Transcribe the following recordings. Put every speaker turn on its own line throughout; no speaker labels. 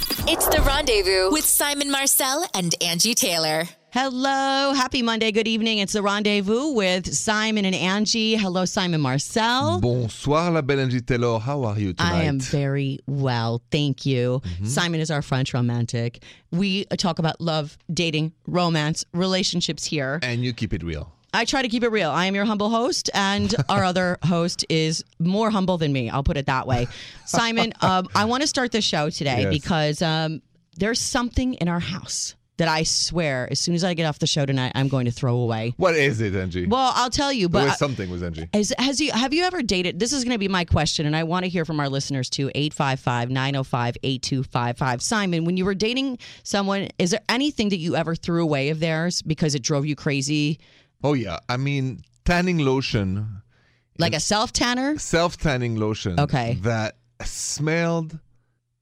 It's the rendezvous with Simon Marcel and Angie Taylor.
Hello, happy Monday, good evening. It's the rendezvous with Simon and Angie. Hello, Simon Marcel.
Bonsoir, la belle Angie Taylor. How are you tonight?
I am very well, thank you. Simon is our French romantic. We talk about love, dating, romance, relationships here.
And you keep it real.
I try to keep it real. I am your humble host, and our other host is more humble than me. I'll put it that way. Simon, um, I want to start the show today
Yes.
because um, there's something in our house that I swear, as soon as I get off the show tonight, I'm going to throw away.
What is it, Angie?
Well, uh, I'll tell you,
there
but
was something with Angie.
Is, has you have you ever dated? This is going to be my question, and I want to hear from our listeners too. 855-905-8255. Simon, when you were dating someone, is there anything that you ever threw away of theirs because it drove you crazy,
Oh, yeah. I mean, tanning lotion,
like a self tanner?
self tanning lotion.
Okay.
That smelled,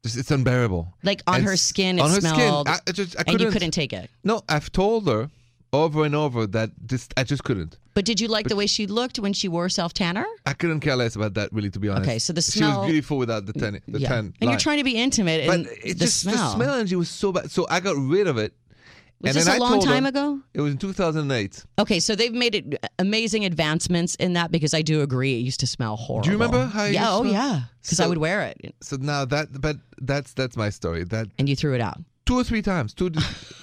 just, it's unbearable.
Like on
And
her
s-
skin, it
on her
smelled,
Skin, I, I just, I
and
couldn't,
you couldn't take it.
No, I've told her over and over that this, I just couldn't.
But did you like the way she looked when she wore self tanner?
I couldn't care less about that, really, to be honest.
Okay, so the
She
smell- Mm,
was beautiful without the tan. The tan
and you're
line.
trying to be intimate,
But
and
it
the
just,
smell.
the smell, Angie, was so bad. So I got rid of it.
Was
and
this
then
a
I
long
told
time
her-
ago?
It was in 2008.
Okay, so they've made it uh, amazing advancements in that because I do agree it used to smell horrible.
remember how it
yeah,
used to
oh
smell?
yeah, because I
So-
would wear it
So now that, but that's that's my story. That
and you threw it out.
two or three times. Two.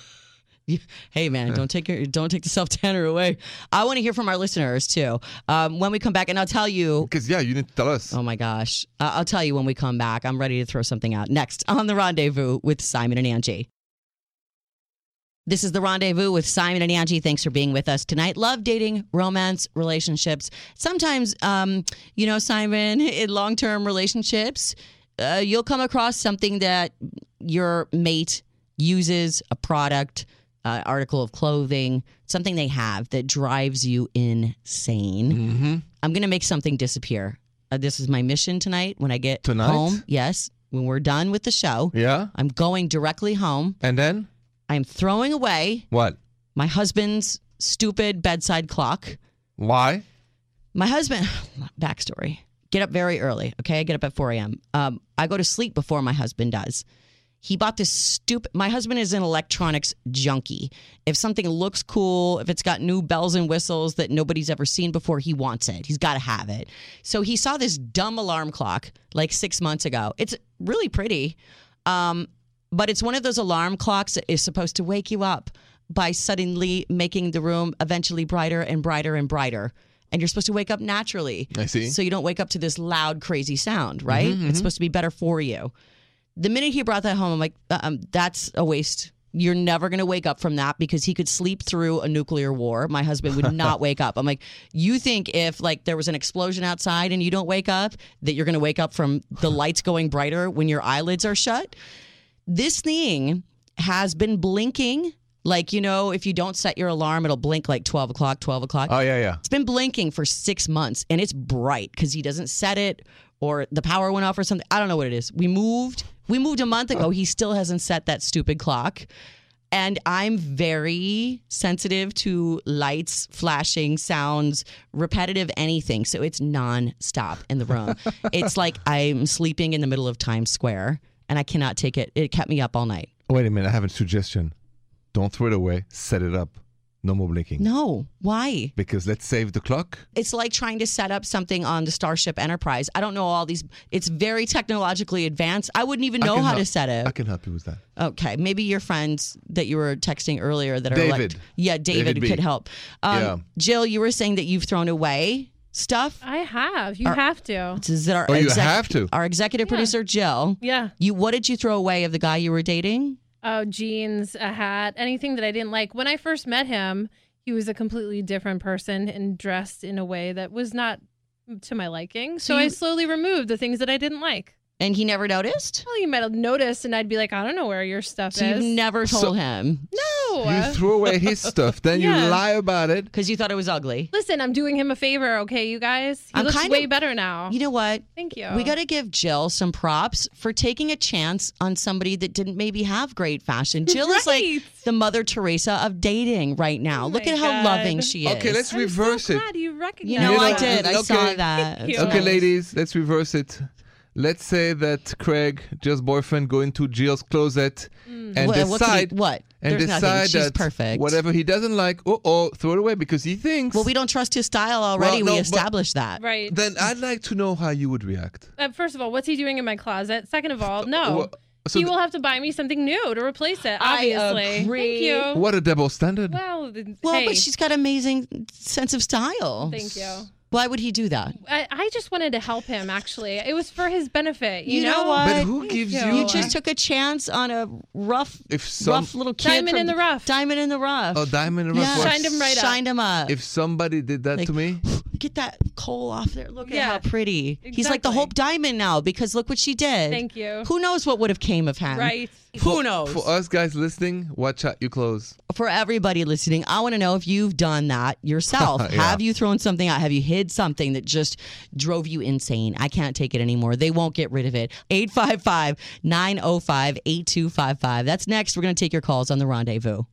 You- Hey man, don't take your don't take the self tanner away. I want to hear from our listeners too. Um, when we come back, and I'll tell you.
Because yeah, you need to tell us.
Oh my gosh, I- I'll tell you when we come back. I'm ready to throw something out next on the Rendezvous with Simon and Angie. This is the rendezvous with Simon and Angie. Thanks for being with us tonight. Love, dating, romance, relationships. Sometimes, um, you know, Simon, in long term relationships, uh, you'll come across something that your mate uses a product, uh, article of clothing, something they have that drives you insane. I'm going to make something disappear. Uh, this is my mission tonight when I get
Tonight?
home. Yes. When we're done with the show,
Yeah.
I'm going directly home.
And then
I'm throwing away
what?
my husband's stupid bedside clock.
Why?
My husband, backstory, get up very early. Okay. I get up at 4 a.m. Um, I go to sleep before my husband does. He bought this stupid, my husband is an electronics junkie. If something looks cool, if it's got new bells and whistles that nobody's ever seen before, he wants it. He's got to have it. So he saw this dumb alarm clock like six months ago. It's really pretty. Um, but it's one of those alarm clocks that is supposed to wake you up by suddenly making the room eventually brighter and brighter and brighter. And you're supposed to wake up naturally.
I see. Mm-hmm,
So you don't wake up to this loud, crazy sound, right? It's supposed to be better for you. The minute he brought that home, I'm like, uh, um, that's a waste. You're never going to wake up from that because he could sleep through a nuclear war. My husband would not wake up. I'm like, you think if like there was an explosion outside and you don't wake up, that you're going to wake up from the lights going brighter when your eyelids are shut? this thing has been blinking. Like, you know, if you don't set your alarm, it'll blink like 12 o'clock, 12 o'clock.
Oh yeah, yeah.
it's been blinking for six months and it's bright because he doesn't set it or the power went off or something. I don't know what it is. We moved. We moved a month ago. He still hasn't set that stupid clock. And I'm very sensitive to lights, flashing, sounds, repetitive anything. So it's nonstop in the room. it's like I'm sleeping in the middle of Times Square and I cannot take it. It kept me up all night.
Oh, Wait a minute. I have a suggestion. Don't throw it away. Set it up. No more blinking.
No, why?
Because let's save the clock.
it's like trying to set up something on the Starship Enterprise. I don't know all these. It's very technologically advanced. I wouldn't even
I
know
can
how
help-
to set it.
I can help you with that.
okay, maybe your friends that you were texting earlier that are
David.
Like, yeah, David,
David B.
could help. Um,
Yeah.
Jill, you were saying that you've thrown away stuff.
I have. You have to.
This Is it our
Oh, you
exec-
have to.
Our executive producer Jill.
Yeah.
You what did you throw away of the guy you were dating?
Oh, jeans, a hat, anything that I didn't like. When I first met him, he was a completely different person and dressed in a way that was not to my liking. So,
So you-
I slowly removed the things that I didn't like.
And he never noticed.
Well, you might have noticed, and I'd be like, I don't know where your stuff
So
is.
you've never told him
no.
You threw away his stuff. Then
Yeah.
you lie about it.
because you thought it was ugly.
Listen, I'm doing him a favor, okay, you guys? He
I'm
looks
kind
way
of-
better now.
You know what?
Thank you.
We got to give Jill some props for taking a chance on somebody that didn't maybe have great fashion. Jill is like
Right. Oh
the Mother Teresa of dating right now. Look
my
at how
God.
loving she is.
Okay, let's
I'm
reverse
so
it.
Glad you recognize
You know,
You
I
know,
did. I
okay.
saw that.
Thank you.
It's
Okay,
nice.
ladies, let's reverse it. Let's say that Craig, Jill's boyfriend, go into Jill's closet and
Mm. What- what could he-
decide
what?
and
There's nothing.
decide
She's
that
perfect.
whatever he doesn't like, oh oh, throw it away because he thinks.
Well, we don't trust his style already.
Well, no,
we
but-
established that.
Right.
Then I'd like to know how you would react.
Uh, first of all, what's he doing in my closet? Second of all, no.
Well, so
he
th-
will have to buy me something new to replace it,
I
obviously.
agree.
Thank you.
What a double standard.
Well, th-
Well,
hey,
but she's got amazing sense of style.
thank you.
Why would he do that?
I, I just wanted to help him, actually. It was for his benefit. You,
You know what?
but who gives
you.
you?
You
Oh,
just took a chance on a rough,
If some- Oh,
rough little kid.
Diamond
from-
in the rough.
Diamond in the rough.
a diamond in the rough?
Yeah.
was-
Shined him right up.
Shined him up.
If somebody did that
Like,
to me,
Get that coal off there. Look
Yeah.
at how pretty. He's like the
Exactly.
Hope Diamond now because look what she did.
Thank you.
Who knows what would have came of him?
Right.
Who knows?
for uh, us guys listening, watch out you close.
for everybody listening, I want to know if you've done that yourself. Have you thrown something out? Have you hid something that just drove you insane? I can't take it anymore. They won't get rid of it. 855 905 8255. That's next. We're going to take your calls on the rendezvous.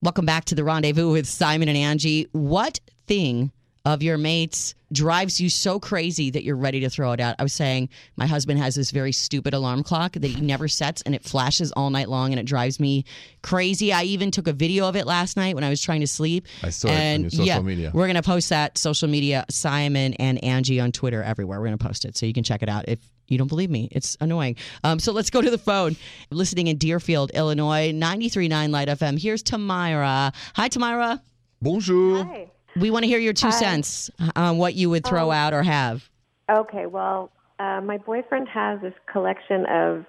Welcome back to the rendezvous with Simon and Angie. What thing of your mates drives you so crazy that you're ready to throw it out? I was saying my husband has this very stupid alarm clock that he never sets and it flashes all night long and it drives me crazy. I even took a video of it last night when I was trying to sleep.
I saw it on
And,
your social
yeah,
media.
We're going to post that social media, Simon and Angie on Twitter everywhere. We're going to post it so you can check it out if you don't believe me. It's annoying. Um, so let's go to the phone. Listening in Deerfield, Illinois, 93.9 Light FM. Here's Tamira. Hi, Tamira.
Bonjour.
Hi. Um,
We want to hear your two cents on what you would throw out or have.
Okay, well, uh, my boyfriend has this collection of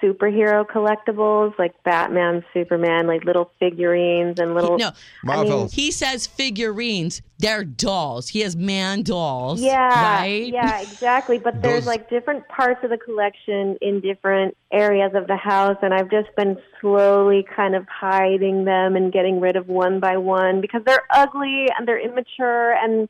superhero collectibles, like Batman, Superman, like little figurines and little.
No,
Oh, Marvel.
he says figurines. They're dolls. He has man dolls.
Yeah,
Right?
yeah, exactly. But there's
Those-
like different parts of the collection in different areas of the house, and I've just been slowly kind of hiding them and getting rid of one by one because they're ugly and they're immature, and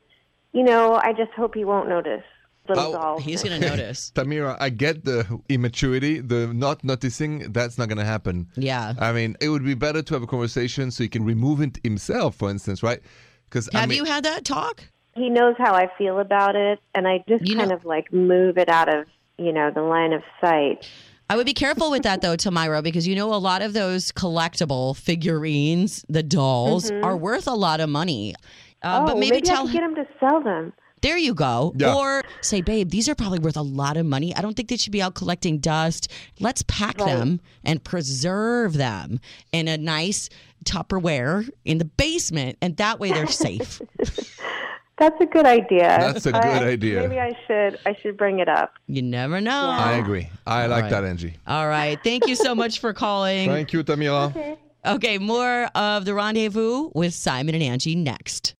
you know, I just hope he won't notice little
Oh,
dolls.
He's going to notice.
Tamira, I get the immaturity, the not noticing. That's not going to happen.
Yeah.
I mean, it would be better to have a conversation so he can remove it himself, for instance, right? Because I
Have
mean,
you had that talk?
he knows how I feel about it, and I just
You know-
kind of like move it out of you know the line of sight.
I would be careful with that though, Tamira, because you know a lot of those collectible figurines, the dolls, are worth a lot of money. Uh,
Mm-hmm. oh,
but maybe,
I
tell
could get him to sell them.
there you go,
Yeah.
or say, babe, these are probably worth a lot of money. I don't think they should be out collecting dust. Let's pack them and preserve them in a nice Tupperware in the basement, and that way they're safe.
That's a good idea.
That's a good
I-
idea.
Maybe I should I should bring it up.
you never know.
I agree. I like
right.
that, Angie.
All right, thank you so much for calling.
Thank you, Tamira.
Okay, more of the rendezvous with Simon and Angie next.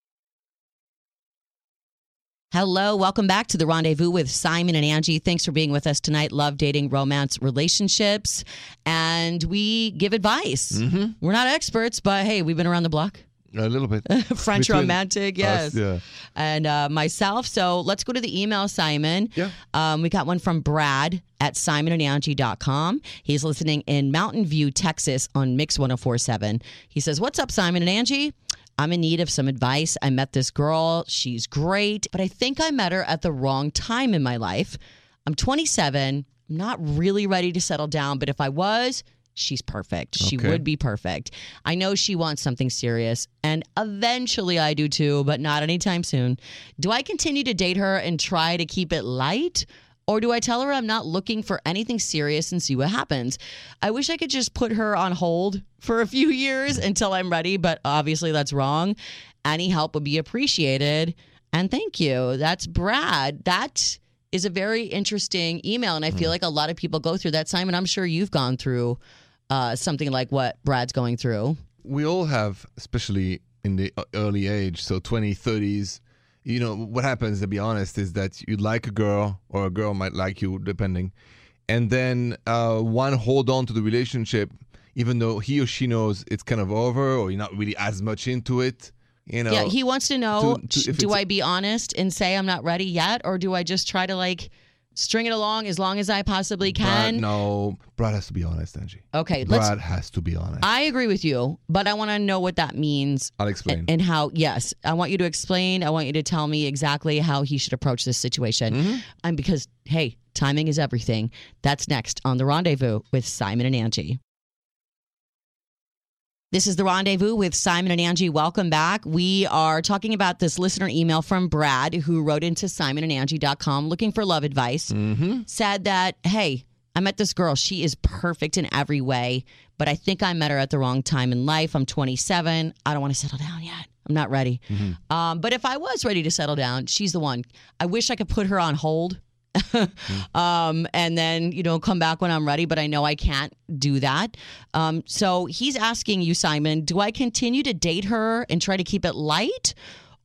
Hello, welcome back to the rendezvous with Simon and Angie. Thanks for being with us tonight. Love, dating, romance, relationships, and we give advice.
Mm-hmm.
We're not experts, but hey, we've been around the block.
A little bit.
French
Between
romantic, yes,
us, yeah.
and uh, myself. So let's go to the email, Simon.
Yeah.
Um, we got one from Brad at simonandangie.com. He's listening in Mountain View, Texas on Mix 1047. He says, What's up, Simon and Angie? I'm in need of some advice. I met this girl. She's great, but I think I met her at the wrong time in my life. I'm 27. I'm not really ready to settle down, but if I was, she's perfect. She
Okay.
would be perfect. I know she wants something serious, and eventually I do too, but not anytime soon. Do I continue to date her and try to keep it light? Or do I tell her I'm not looking for anything serious and see what happens? I wish I could just put her on hold for a few years until I'm ready, but obviously that's wrong. Any help would be appreciated. And thank you. That's Brad. That is a very interesting email. And I
Hmm.
feel like a lot of people go through that. Simon, I'm sure you've gone through uh, something like what Brad's going through.
we all have, especially in the uh, early age, so 20, 30s, you know, what happens, to be honest, is that you like a girl or a girl might like you, depending. And then uh, one hold on to the relationship, even though he or she knows it's kind of over or you're not really as much into it. You know,
yeah, he wants to know
to- to-
sh-
if
do
it's-
I be honest and say I'm not ready yet? Or do I just try to like string it along as long as I possibly
Brad,
can.
no, Brad has to be honest, Angie.
Okay, let's.
Brad has to be honest.
I agree with you, but I want to know what that means
I'll explain.
and how yes i want you to explain i want you to tell me exactly how he should approach this situation and because hey timing is everything that's next on the rendezvous with simon and angie this is the rendezvous with Simon and Angie. Welcome back. We are talking about this listener email from Brad who wrote into simonandangie.com looking for love advice. Said that, hey, I met this girl. She is perfect in every way, but I think I met her at the wrong time in life. I'm 27. I don't want to settle down yet. I'm not ready. Um, but if I was ready to settle down, she's the one. I wish I could put her on hold. um, and then you know come back when I'm ready, but I know I can't do that. Um, so he's asking you, Simon, do I continue to date her and try to keep it light,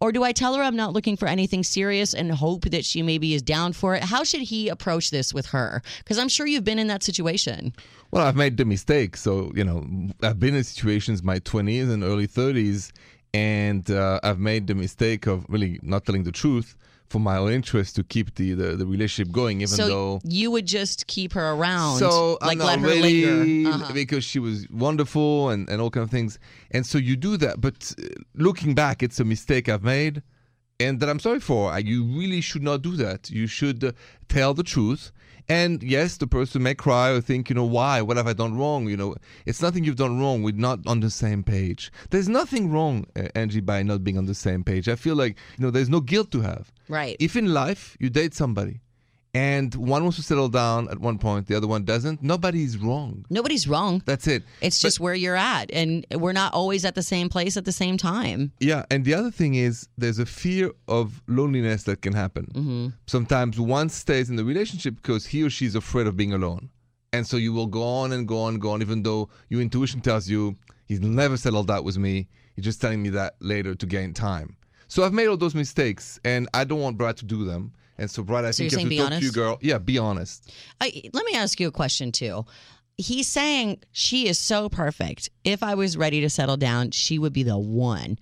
or do I tell her I'm not looking for anything serious and hope that she maybe is down for it? How should he approach this with her? Because I'm sure you've been in that situation.
Well, I've made the mistake. So, you know, I've been in situations my 20s and early 30s, and uh, I've made the mistake of really not telling the truth for my own interest to keep the, the, the relationship going, even
so
though.
you would just keep her around,
So
like
I'm
let
not
her
really,
linger. Uh-huh.
because she was wonderful and, and all kind of things. And so you do that, but uh, looking back, it's a mistake I've made, and that I'm sorry for. I- You really should not do that. You should uh, tell the truth. And yes, the person may cry or think, you know, why? What have I done wrong? You know, it's nothing you've done wrong. We're not on the same page. There's nothing wrong, uh, Angie, by not being on the same page. I feel like, you know, there's no guilt to have.
Right.
If in life you date somebody and one wants to settle down at one point, the other one doesn't, nobody's wrong.
Nobody's wrong.
That's it.
It's just where you're at, and we're not always at the same place at the same time.
Yeah, and the other thing is there's a fear of loneliness that can happen.
Mm-hmm.
Sometimes one stays in the relationship because he or she's afraid of being alone. And so you will go on and go on, go on, even though your intuition tells you he's never settled out with me. He's just telling me that later to gain time. So I've made all those mistakes, and I don't want Brad to do them. And so, Brad, I
So
think
you're
you have to
saying
talk
be
to you,
honest?
girl. Yeah, be honest.
I, let me ask you a question too. He's saying she is so perfect. If I was ready to settle down, she would be the one.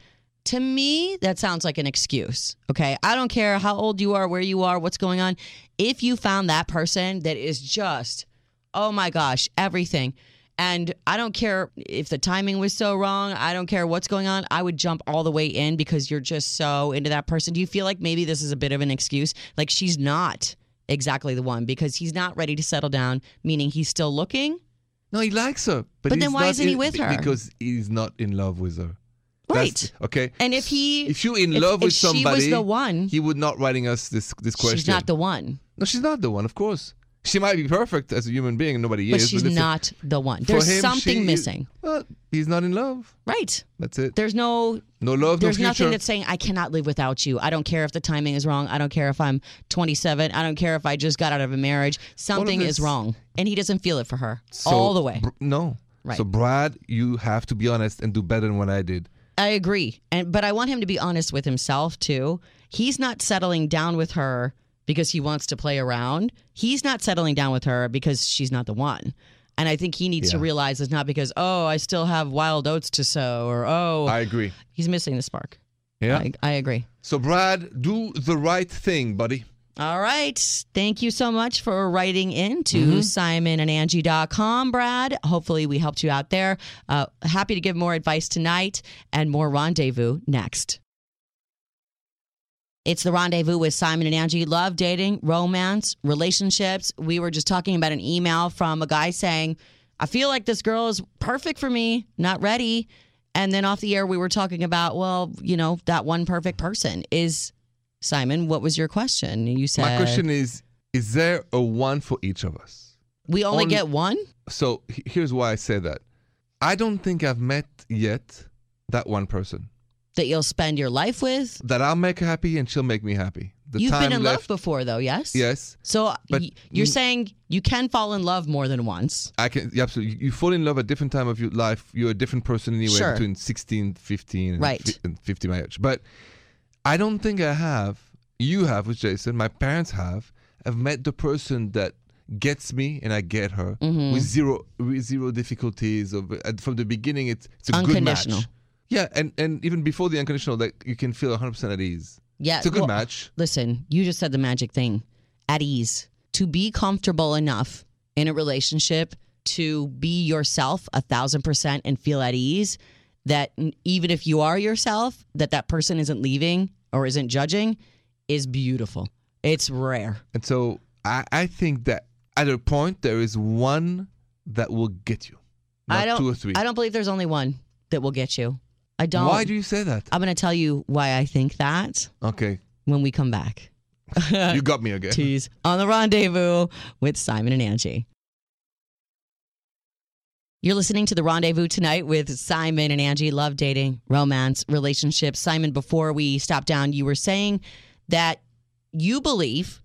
To me, that sounds like an excuse. Okay. I don't care how old you are, where you are, what's going on. If you found that person that is just, oh my gosh, everything. And I don't care if the timing was so wrong. I don't care what's going on. I would jump all the way in because you're just so into that person. Do you feel like maybe this is a bit of an excuse? Like she's not exactly the one because he's not ready to settle down, meaning he's still looking.
No, he likes her. But,
But then
he's
why
not
isn't he
in-
with
be-
her?
Because he's not in love with her.
Right.
That's- okay.
And if he-
if you're in
if-
love
if
with
she was
somebody,
the one-
he would not writing us this this question.
She's not the one,
no, she's not the one. Of course, she might be perfect as a human being, and nobody
but
is.
she's
if-
not the one.
for
There's
him, she
something
is-
missing.
well, he's not in love.
Right.
That's it.
There's no
no love.
there's
no
nothing
future.
that's saying I cannot live without you. I don't care if the timing is wrong. I don't care if I'm 27. I don't care if I just got out of a marriage. Something is
this-
wrong, and he doesn't feel it for her
So,
all the way.
Br- no.
Right.
So Brad, you have to be honest and do better than what I did.
I agree, and but I want him to be honest with himself too. He's not settling down with her because he wants to play around. He's not settling down with her because she's not the one. And I think he needs to
Yeah.
realize it's not because oh I still have wild oats to sow or oh
I agree.
he's missing the spark.
Yeah.
I, I agree.
so Brad, do the right thing, buddy.
All right. Thank you so much for writing in to simonandangie.com, Brad. Hopefully, we helped you out there. Uh, happy to give more advice tonight and more rendezvous next. It's the rendezvous with Simon and Angie. Love, dating, romance, relationships. We were just talking about an email from a guy saying, I feel like this girl is perfect for me, not ready. And then off the air, we were talking about, well, you know, that one perfect person is Simon. What was your question? You said,
My question is: Is there a one for each of us?
we only
on-
get one?
so he- here's why I say that. I don't think I've met yet that one person
that you'll spend your life with.
that I'll make her happy and she'll make me happy. The
You've
time
been in love
left,
before, though, yes?
Yes,
So
But-
y- you're saying you can fall in love more than once.
I can yeah, absolutely. You fall in love at different time of your life. You're a different person anyway
Sure.
between 16, 15, and,
Right.
fi- and 50 my age. But I don't think I have. You have with Jason. My parents have. I've met the person that gets me and I get her
Mm-hmm.
with zero with zero difficulties. Of and from the beginning, it's it's a
Unconditional.
good match. Yeah, and and even before the unconditional, like you can feel 100 percent at ease.
Yeah.
It's a good
well,
match.
Listen, you just said the magic thing at ease. to be comfortable enough in a relationship to be yourself a thousand percent and feel at ease that n- even if you are yourself that that person isn't leaving or isn't judging is beautiful it's rare
And so I, I think that at a point there is one that will get you. Not
i don't
two or three.
i don't believe there's only one that will get you i don't Uh,
Why do you say that?
i'm going to tell you why i think that
Okay.
when we come back uh,
You got me again.
tease on the rendezvous with Simon and Angie. You're listening to the rendezvous tonight with Simon and Angie. Love dating, romance, relationships. Simon, before we stop down, you were saying that you believe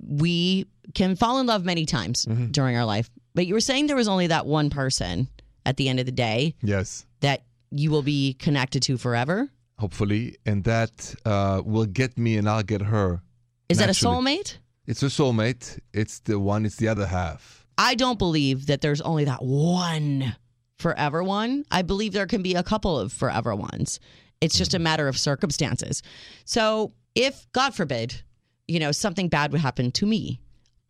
we can fall in love many times
Mhm.
during our life, but you were saying there was only that one person at the end of the day
Yes.
that you will be connected to forever.
Hopefully. And that uh, will get me and I'll get her.
Is
Naturally.
that a soulmate?
It's a soulmate. It's the one, it's the other half.
I don't believe that there's only that one forever one. I believe there can be a couple of forever ones. It's just a matter of circumstances. So, if God forbid, you know, something bad would happen to me,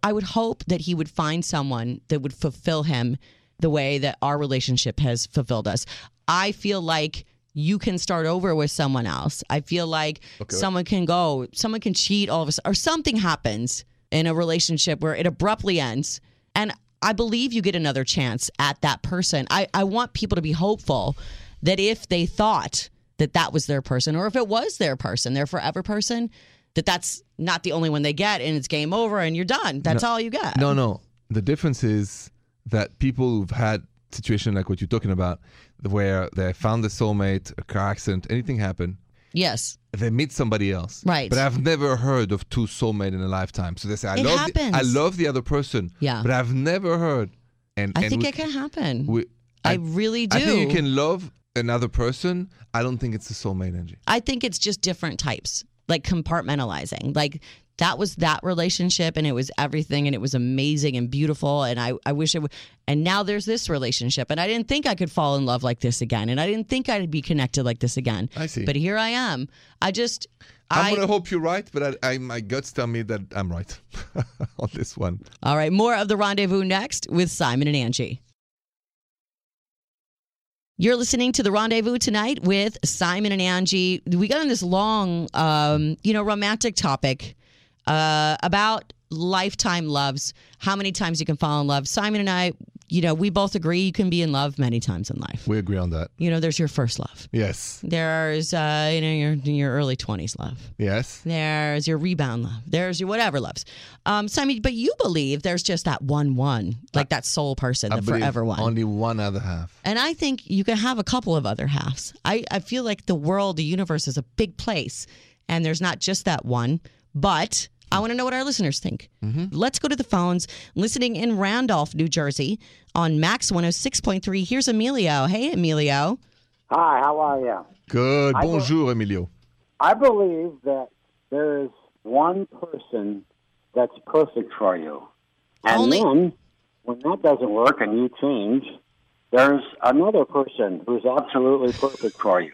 I would hope that he would find someone that would fulfill him the way that our relationship has fulfilled us. I feel like you can start over with someone else. I feel like
Okay.
someone can go, someone can cheat all of a sudden, or something happens in a relationship where it abruptly ends. And I believe you get another chance at that person. I, I want people to be hopeful that if they thought that that was their person, or if it was their person, their forever person, that that's not the only one they get and it's game over and you're done. That's all you get.
No, no. The difference is that people who've had situation like what you're talking about, where they found the soulmate, a car accident, anything happened,
Yes.
they meet somebody else.
Right.
But I've never heard of two soulmates in a lifetime. So they say, I,
It
love the, I
happens.
love the other person.
Yeah.
But I've never heard. And
I
and
think
we-
it can happen.
we-
I, really do.
I think you can love another person. I don't think it's the soulmate energy.
I think it's just different types, like compartmentalizing. Like that was that relationship and it was everything and it was amazing and beautiful. And I, I wish it would. And now there's this relationship. And I didn't think I could fall in love like this again. And I didn't think I'd be connected like this again.
I see.
But here I am. I just,
I'm
I,
gonna hope you're right, but I, I, my guts tell me that I'm right on this one.
all right, more of the rendezvous next with Simon and Angie. You're listening to the rendezvous tonight with Simon and Angie. We got on this long, um, you know, romantic topic uh, about lifetime loves, how many times you can fall in love. Simon and I, you know, we both agree you can be in love many times in life.
We agree on that.
You know, there's your first love.
Yes.
There's, uh, you know, your your early twenties love.
Yes.
There's your rebound love. There's your whatever loves. Um, Simon, but you believe there's just that one one, like that soul person, the
believe
forever one.
Only one other half.
and I think you can have a couple of other halves. I, I feel like the world, the universe is a big place, and there's not just that one. But I want to know what our listeners think. Let's go to the phones. Listening in Randolph, New Jersey, on Max 106.3. Here's Emilio. Hey, Emilio.
Hi, how are you?
Good. Bonjour, Emilio.
I believe that there is one person that's perfect for you. And
Only-
then, when that doesn't work and you change, there's another person who's absolutely perfect for you.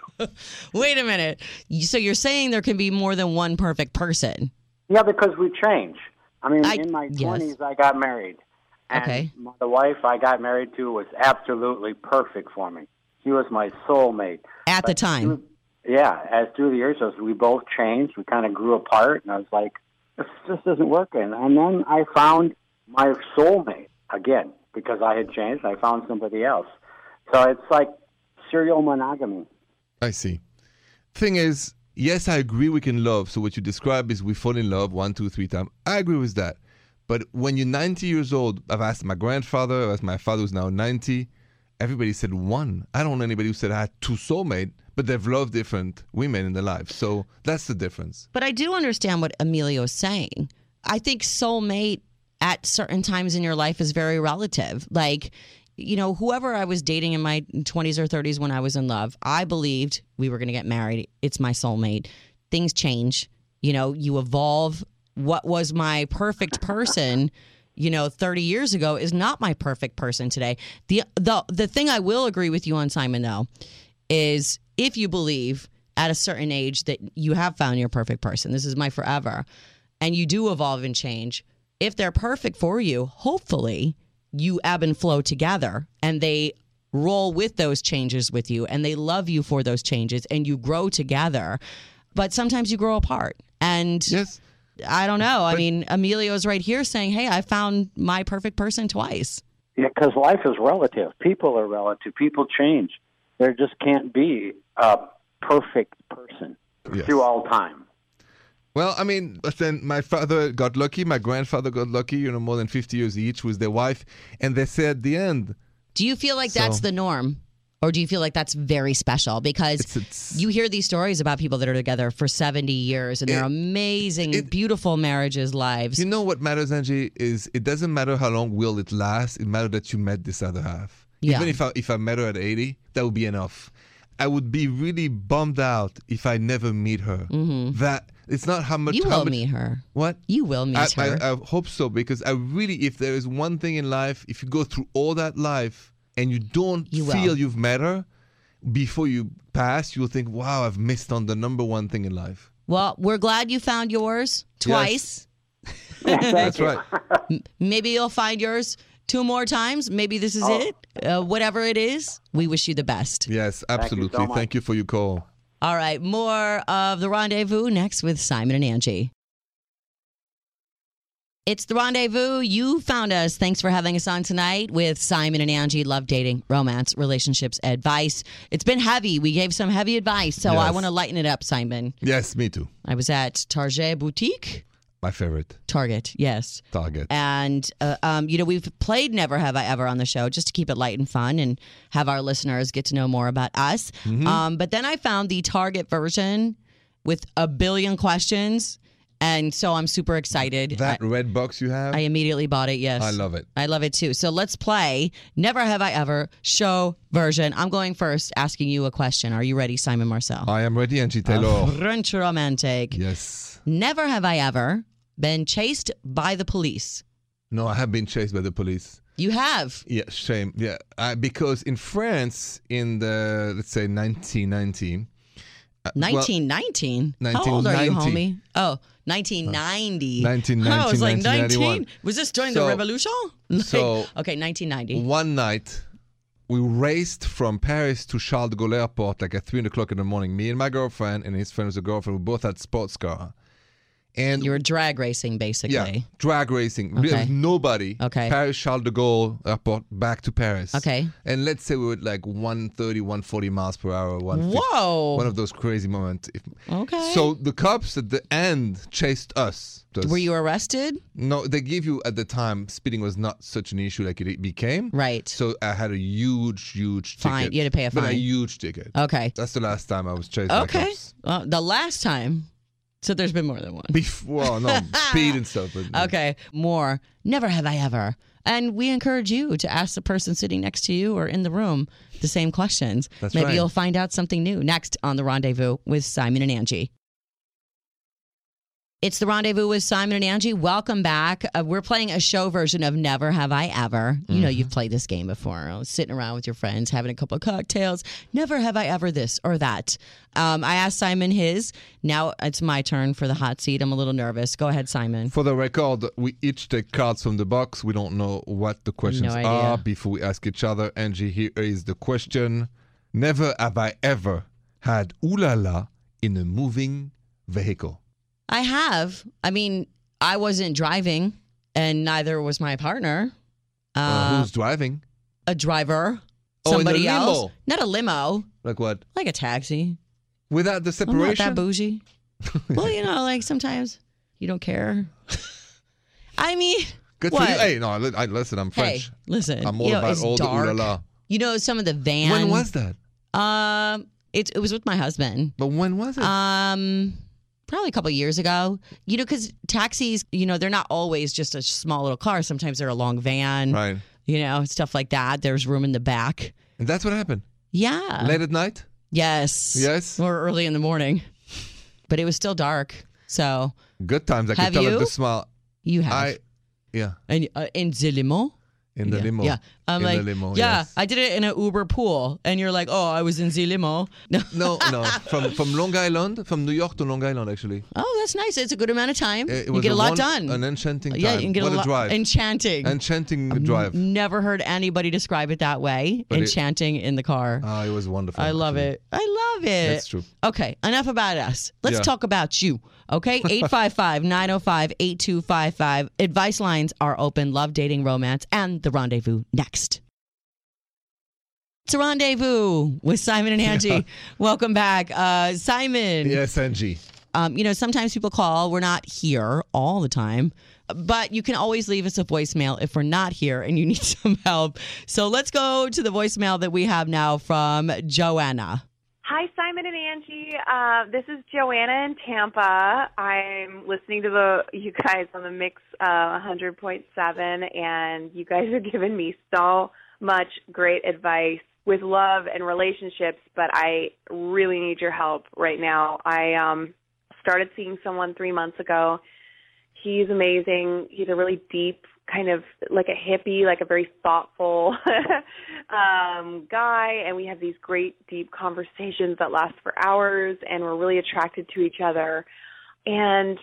Wait a minute. You- So you're saying there can be more than one perfect person?
Yeah, because we change. I mean,
I-
in my
yes.
20s, I got married. And
Okay.
my- the wife I got married to was absolutely perfect for me. She was my soulmate.
At the time.
Yeah, as through the years, as we both changed, we kind of grew apart, and I was like, this just isn't working. And then I found my soulmate again because I had changed. I found somebody else. So it's like serial monogamy.
I see. Thing is, yes, I agree we can love. So what you describe is we fall in love one, two, three times. I agree with that. But when you're 90 years old, I've asked my grandfather, I've asked my father who's now 90. Everybody said one. I don't know anybody who said I had two soulmate, but they've loved different women in their life. So that's the difference.
But I do understand what Emilio's saying. I think soulmate at certain times in your life is very relative. Like, you know, whoever I was dating in my 20s or 30s when I was in love, I believed we were going to get married. It's my soulmate. Things change. You know, you evolve. What was my perfect person, you know, 30 years ago is not my perfect person today. The the the thing I will agree with you on Simon though is if you believe at a certain age that you have found your perfect person, this is my forever, and you do evolve and change, if they're perfect for you, hopefully you ebb and flow together and they roll with those changes with you and they love you for those changes and you grow together. But sometimes you grow apart. And
Yes.
I don't know. I mean, Emilio's right here saying, Hey, I found my perfect person twice.
Yeah, because life is relative. People are relative. People change. There just can't be a perfect person
Yes.
through all time.
Well, I mean, but then my father got lucky, my grandfather got lucky, you know, more than 50 years each with their wife. And they say at the end,
Do you feel like that's
So-
the norm? Or do you feel like that's very special? Because
It's- it's-
you hear these stories about people that are together for 70 years and they're amazing, beautiful marriages, lives.
you know what matters, Angie, is it doesn't matter how long will it last. It matters that you met this other half.
Yeah.
Even if I, if I met her at 80, that would be enough. I would be really bummed out if I never meet her. That it's not how much
Mm-hmm. you
how
will
much-
meet her.
What?
You will meet
I,
her.
I, I hope so because I really, if there is one thing in life, if you go through all that life and you don't
You will.
feel you've met her before you pass, you'll think, "Wow, I've missed on the number one thing in life."
Well, we're glad you found yours twice.
That's right.
Maybe you'll find yours two more times. Maybe this is
Oh.
it. Uh, whatever it is, we wish you the best.
Yes, absolutely. Thank you,
much.
for your call.
All right, more of the rendezvous next with Simon and Angie. It's the rendezvous. You found us. Thanks for having us on tonight with Simon and Angie. Love dating, romance, relationships, advice. It's been heavy. We gave some heavy advice, so I
Yes.
want to lighten it up, Simon.
Yes, me too.
I was at Target Boutique.
My favorite
Target, yes.
target.
And, uh, um, you know, we've played Never Have I Ever on the show just to keep it light and fun and have our listeners get to know more about us.
Mm-hmm.
Um, but then I found the Target version with a billion questions. And so I'm super excited.
that red box you have,
I, I immediately bought it, yes.
I love it.
I love it too. So let's play Never Have I Ever show version. I'm going first, asking you a question. Are you ready, Simon Marcel?
I am ready, Angie
Ah.
Taylor.
French romantic.
yes.
Never have I ever been chased by the police.
No, I have been chased by the police.
You have.
Yeah, shame. Yeah, I, because in France, in the let's say 1990, uh, well,
1919. How old are you,
1990.
homie? Oh, 1990.
1990,
I was like
1991.
19. Was this during the
So-
revolution? Like,
so-
okay, 1990.
one night we raced from Paris to Charles de Gaulle Airport like at three o'clock in the morning. Me and my girlfriend and his friend was a girlfriend. We both had sports car, and
You were drag racing, basically.
yeah, drag racing. There
Okay.
was nobody.
Okay.
Paris Charles de Gaulle Airport back to Paris.
Okay.
and let's say we were at like 130, 140 miles per hour. 150.
Whoa.
One of those crazy moments. If-
Okay.
So the cops at the end chased us.
Were you arrested?
No, they give you at the time speeding was not such an issue like it became.
Right.
So I had a huge, huge
Fine.
ticket.
You had to pay a
But a
fine.
huge ticket.
Okay.
That's the last time I was chased. by
Okay.
cops.
Well, the last time. So there's been more than one.
Bef- well, no, speed and stuff. But
Okay, more. Never have I ever. And we encourage you to ask the person sitting next to you or in the room the same questions.
That's
Maybe
right.
you'll find out something new next on The Rendezvous with Simon and Angie. It's The Rendezvous with Simon and Angie. Welcome back. Uh, we're playing a show version of Never Have I Ever. You know,
Mm-hmm.
you've played this game before, sitting around with your friends, having a couple of cocktails. Never have I ever this or that. Um, I asked Simon his. Now it's my turn for the hot seat. I'm a little nervous. Go ahead, Simon.
For the record, we each take cards from the box. We don't know what the questions
idea.
are before we ask each other. Angie, here is the question. Never have I ever had ooh la la in a moving vehicle.
I have. I mean, I wasn't driving, and neither was my partner.
Uh,
Uh,
who's driving?
a driver,
Oh, in a
somebody
limo.
else, not a limo,
Like what?
like a taxi.
Without the
I'm
separation?
not that bougie. well, you know, like sometimes you don't care. I mean,
Good
what?
for you. Hey, no, li- I, listen, I'm
Hey,
French.
listen,
I'm all
you know,
about
it's
all the ooh
dark.
la la.
You know, some of the van.
When was that?
Um, it, it was with my husband.
But when was it?
Um, probably a couple years ago. You know, because taxis, you know, they're not always just a small little car. Sometimes they're a long van,
right.
you know, stuff like that. There's room in the back.
And that's what happened.
Yeah.
Late at night?
yes.
Yes.
Or early in the morning, but it was still dark. So
Good times. I
Have
could tell
you?
it the smile.
you have
I, yeah.
and uh, in Zilimo.
in the
yeah,
limo.
Yeah. I'm
in
like,
the limo.
yeah,
yes.
I did it in an Uber pool. And you're like, oh, I was in the limo. No.
no, no, from from Long Island, from New York to Long Island, actually.
Oh, that's nice. It's a good amount of time.
It, it
you
was
get a lot
one-
done.
An enchanting time.
yeah, you can get
what
a lot. Mm,
drive.
Enchanting.
enchanting drive.
Never heard anybody describe it that way.
But it-
enchanting in the car.
Ah, it was wonderful.
I love
actually.
it. I love it.
That's true.
Okay, enough about us. Let's
Yeah.
talk about you. Okay, 855 905 8255. Advice lines are open. Love, dating, romance, and the rendezvous next. It's a rendezvous with Simon and Angie. Welcome back. Uh, Simon,
Yes, Angie.
um, you know, sometimes people call. We're not here all the time, but you can always leave us a voicemail if we're not here and you need some help. So let's go to the voicemail that we have now from Joanna.
Hi, Simon and Angie. Uh, this is Joanna in Tampa. I'm listening to the you guys on the mix uh, 100.7, and you guys are giving me so much great advice with love and relationships. But I really need your help right now. I um, started seeing someone three months ago. He's amazing. He's a really deep kind of like a hippie, like a very thoughtful um, guy, and we have these great deep conversations that last for hours, and we're really attracted to each other. And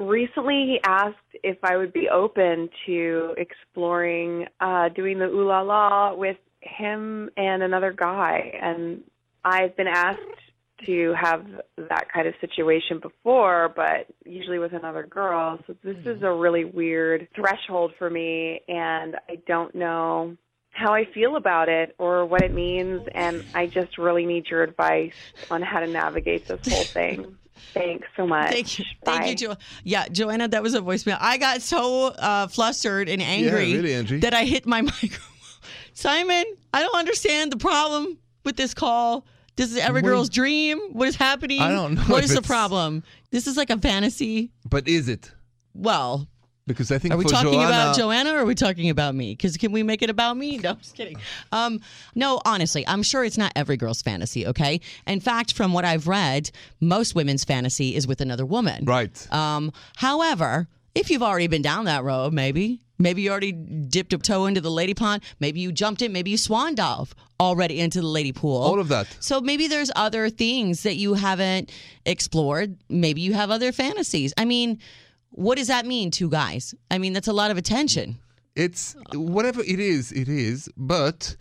recently, he asked if I would be open to exploring uh, doing the ooh la la with him and another guy, and I've been asked to have that kind of situation before, but usually with another girl. So this is a really weird threshold for me, and I don't know how I feel about it or what it means. And I just really need your advice on how to navigate this whole thing. Thanks so much.
Thank you,
Bye.
thank you, jo- yeah, Joanna. That was a voicemail. I got so uh, flustered and angry
really, Angie.
that I hit my microphone. Simon, I don't understand the problem with this call. This is every
What do you-
girl's dream. What is happening?
I don't know
What
if
is the
it's-
problem? This is like a fantasy.
But is it?
Well,
Because I think
are we
for
talking
Joanna,
about Joanna or are we talking about me? Because can we make it about me? No, I'm just kidding. Um, no, honestly, I'm sure it's not every girl's fantasy, okay? In fact, from what I've read, most women's fantasy is with another woman.
Right.
Um, however, if you've already been down that road, maybe, maybe you already dipped a toe into the lady pond, maybe you jumped in, maybe you swan dove already into the lady pool.
All of that.
So maybe there's other things that you haven't explored. Maybe you have other fantasies. I mean, what does that mean, two guys? I mean, that's a lot of attention.
It's whatever it is, it is. But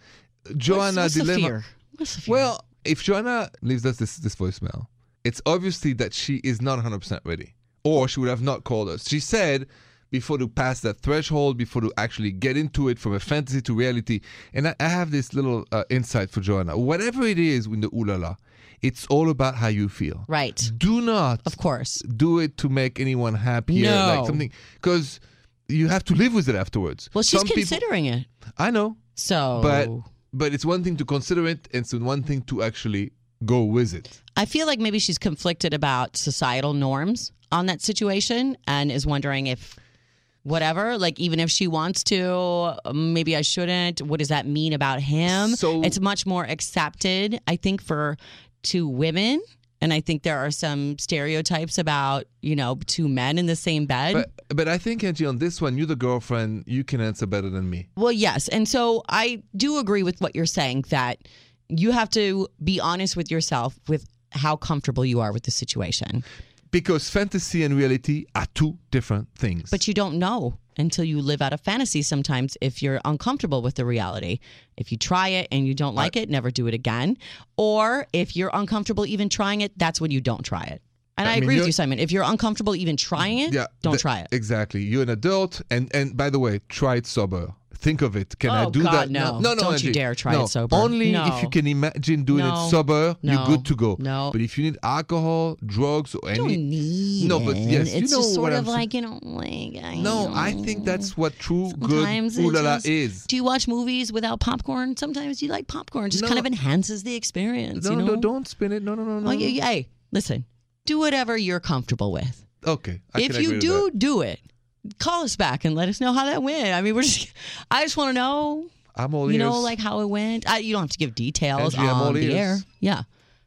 Joanna
what's, what's
dilemma.
The fear? What's the fear?
Well, if Joanna leaves us this, this voicemail, it's obviously that she is not 100% ready, or she would have not called us. She said before to pass that threshold, before to actually get into it from a fantasy to reality. And I, I have this little uh, insight for Joanna. Whatever it is with the ooh la la, it's all about how you feel.
right,
Do not
of course.
do it to make anyone happier,
No.
like something, because you have to live with it afterwards.
Well, she's
Some people-
considering it.
I know,
So,
but but it's one thing to consider it, and it's one thing to actually go with it.
I feel like maybe she's conflicted about societal norms on that situation and is wondering if whatever like even if she wants to maybe i shouldn't what does that mean about him
So-
it's much more accepted i think for two women and i think there are some stereotypes about you know two men in the same bed
But but I think Angie, on this one, you're the girlfriend. You can answer better than me.
Well, yes. And so I do agree with what you're saying that you have to be honest with yourself with how comfortable you are with the situation.
Because fantasy and reality are two different things.
But you don't know until you live out a fantasy sometimes if you're uncomfortable with the reality. If you try it and you don't like it, never do it again. Or if you're uncomfortable even trying it, that's when you don't try it. And
I
I,
mean,
agree with
you're-
you, Simon. If you're uncomfortable even trying it, don't
th-
try it.
Exactly. You're an adult, and and by the way, try it sober. Think of it. Can I
Oh,
do
God,
that?
no.
no, no.
Don't you
Angie.
dare try
No.
it sober.
Only
No.
if you can imagine doing
No.
it sober,
No.
you're good to go.
No.
But if you need alcohol, drugs, or
You don't
any,
need
No, but
it.
yes, you
it's
know
just sort
what I'm
of
saying.
like you know, like I
no, I
know.
think that's what true
Sometimes
good
it
ooh la la
just-
is.
Do you watch movies without popcorn? Sometimes you like popcorn. It just
No.
kind of enhances the experience.
No,
you know?
no, don't spin it. No, no, no, no.
Oh, yeah, yeah. Hey, listen, do whatever you're comfortable with.
Okay. I
if
can agree
you
with
do,
that.
do it. Call us back and let us know how that went. I mean, we're just, I just want to know,
I'm all
you know,
ears.
like how it went. I, you don't have to give details
Angie, I'm
on
all
the
ears.
air. Yeah.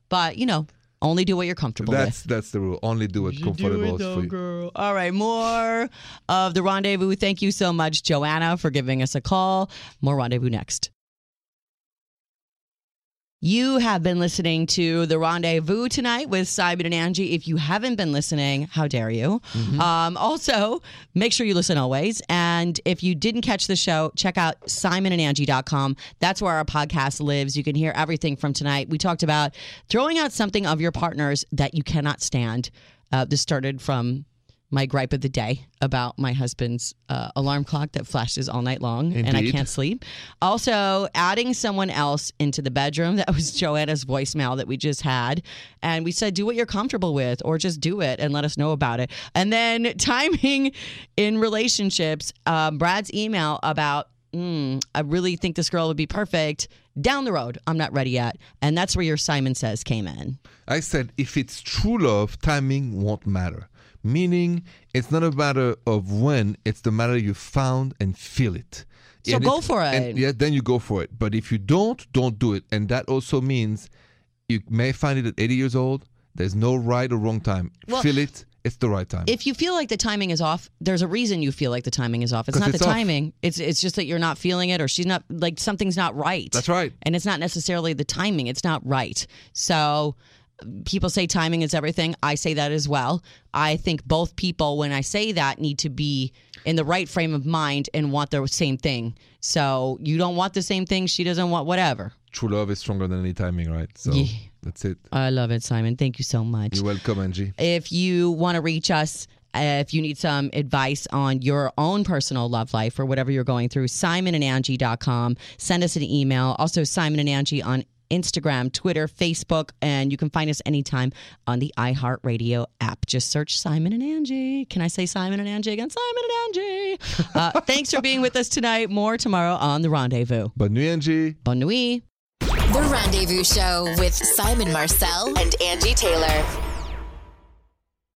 But, you know, Only do what you're comfortable
That's that's the rule. Only do what
with. do
comfortable
it
is
though,
for you.
girl. All right, more of the rendezvous. Thank you so much, Joanna, for giving us a call. More rendezvous next. You have been listening to The Rendezvous tonight with Simon and Angie. If you haven't been listening, how dare you? Um, also, make sure you listen always. And if you didn't catch the show, check out simonandangie.com. That's where our podcast lives. You can hear everything from tonight. We talked about throwing out something of your partners that you cannot stand. Uh, this started from my gripe of the day about my husband's uh, alarm clock that flashes all night long and I
Indeed.
can't sleep. Also, adding someone else into the bedroom. That was Joanna's voicemail that we just had. And we said, do what you're comfortable with or just do it and let us know about it. And then timing in relationships, um, Brad's email about, mm, I really think this girl would be perfect down the road. I'm not ready yet. And that's where your Simon Says came in.
I said if it's true love, timing won't matter. Meaning, it's not a matter of when; it's the matter you found and feel it.
So
And
go
it-
for
and
it.
yeah, then you go for it. But if you don't, don't do it. And that also means you may find it at 80 years old. There's no right or wrong time.
Well,
feel it. It's the right time.
If you feel like the timing is off, there's a reason you feel like the timing is off. It's
'Cause
not
it's
the
off.
timing. It's it's just that you're not feeling it or she's not like something's not right.
That's right.
And it's not necessarily the timing. It's not right. So people say timing is everything. I say that as well. I think both people when I say that need to be in the right frame of mind and want the same thing. So you don't want the same thing, she doesn't want whatever.
True love is stronger than any timing, right? So
Yeah.
that's it.
I love it, Simon. Thank you so much.
You're welcome, Angie.
If you want to reach us, uh, if you need some advice on your own personal love life or whatever you're going through, simonandangie.com. Send us an email. Also, Simon and Angie on Instagram, Twitter, Facebook, and you can find us anytime on the iHeartRadio app. Just search Simon and Angie. Can I say Simon and Angie again? Simon and Angie. Uh, thanks for being with us tonight. More tomorrow on The Rendezvous.
Bonne nuit, Angie.
Bonne nuit.
The Rendezvous Show with Simon Marcel and Angie Taylor.